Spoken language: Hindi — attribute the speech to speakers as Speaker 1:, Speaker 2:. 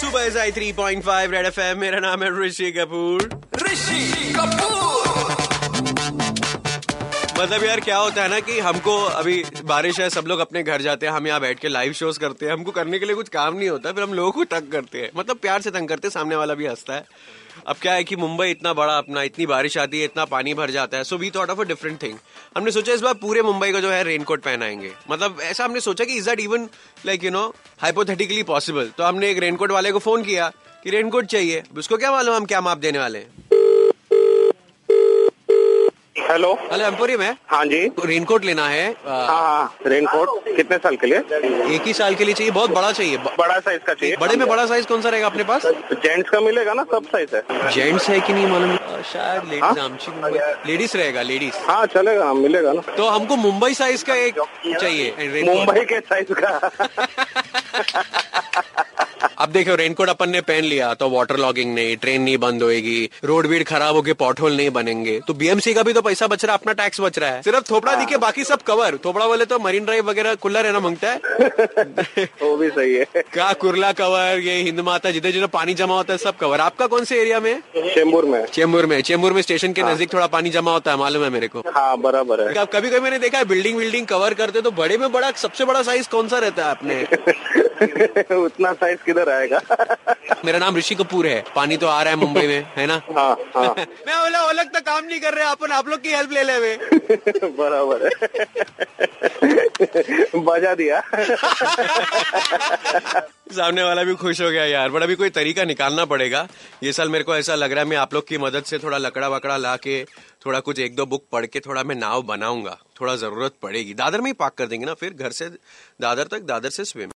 Speaker 1: सुबह साई three point five red F M मेरा नाम है ऋषि कपूर
Speaker 2: ऋषि कपूर
Speaker 1: मतलब यार क्या होता है ना कि हमको अभी बारिश है सब लोग अपने घर जाते हैं हम यहाँ बैठ के लाइव शोज करते हैं हमको करने के लिए कुछ काम नहीं होता फिर हम लोगों को तंग करते हैं मतलब प्यार से तंग करते हैं सामने वाला भी हंसता है अब क्या है कि मुंबई इतना बड़ा अपना इतनी बारिश आती है इतना पानी भर जाता है so we thought of a different thing हमने सोचा इस बार पूरे मुंबई को जो है रेनकोट पहनाएंगे मतलब ऐसा हमने सोचा कि is that even like you know hypothetically possible तो हमने एक रेनकोट वाले को फोन किया कि रेनकोट चाहिए उसको क्या मालूम हम क्या माप देने वाले हैं
Speaker 3: हेलो
Speaker 1: हेलो एम्पोरियम है
Speaker 3: हाँ जी
Speaker 1: रेनकोट लेना है अ,
Speaker 3: हाँ हाँ रेनकोट कितने साल के लिए
Speaker 1: एक ही साल के लिए चाहिए बहुत बड़ा चाहिए ब-
Speaker 3: बड़ा साइज का चाहिए
Speaker 1: बड़े में बड़ा साइज कौन सा रहेगा अपने पास
Speaker 3: जेंट्स का मिलेगा ना सब साइज है
Speaker 1: जेंट्स है कि नहीं मालूम अ, शायद लेडीज
Speaker 3: हाँ?
Speaker 1: आमची लेडीज रहेगा लेडीज
Speaker 3: हाँ चलेगा हाँ, मिलेगा ना
Speaker 1: तो हमको मुंबई साइज का एक चाहिए रेनकोट
Speaker 3: मुंबई के साइज का
Speaker 1: अब देखो रेनकोट अपन ने पहन लिया तो वाटर लॉगिंग नहीं ट्रेन नहीं बंद होएगी रोड भीड़ खराब होके पॉटहोल नहीं बनेंगे तो बीएमसी का भी तो पैसा बच रहा है अपना टैक्स बच रहा है सिर्फ थोपड़ा दिखे बाकी सब कवर थोपड़ा बोले तो मरीन ड्राइव वगैरह खुला रहना मांगता है
Speaker 3: वो भी सही है
Speaker 1: का कुरला कवर ये हिंद माता जिधर जिधर पानी जमा होता है सब कवर आपका कौन से एरिया में है?
Speaker 3: चेंबूर में
Speaker 1: चेंबूर में चेंबूर में स्टेशन के नजदीक थोड़ा पानी जमा होता है मालूम है मेरे को
Speaker 3: हाँ बराबर है
Speaker 1: अब कभी कभी मैंने देखा है बिल्डिंग बिल्डिंग कवर करते तो बड़े में बड़ा सबसे बड़ा साइज कौन सा रहता है अपने
Speaker 3: उतना साइज किधर आएगा
Speaker 1: मेरा नाम ऋषि कपूर है पानी तो आ रहा है मुंबई में है ना
Speaker 3: हाँ हाँ
Speaker 1: मैं बोला वो लोग तो काम नहीं कर रहे अपन आप लोग की हेल्प ले ले वे
Speaker 3: बराबर है बजा दिया
Speaker 1: सामने वाला भी खुश हो गया यार बट अभी कोई तरीका निकालना पड़ेगा ये साल मेरे को ऐसा लग रहा है मैं आप लोग की मदद से थोड़ा लकड़ा वकड़ा ला के थोड़ा कुछ एक दो बुक पढ़ के थोड़ा मैं नाव बनाऊंगा थोड़ा जरूरत पड़ेगी दादर में ही पार्क कर देंगे ना फिर घर से दादर तक दादर से स्विम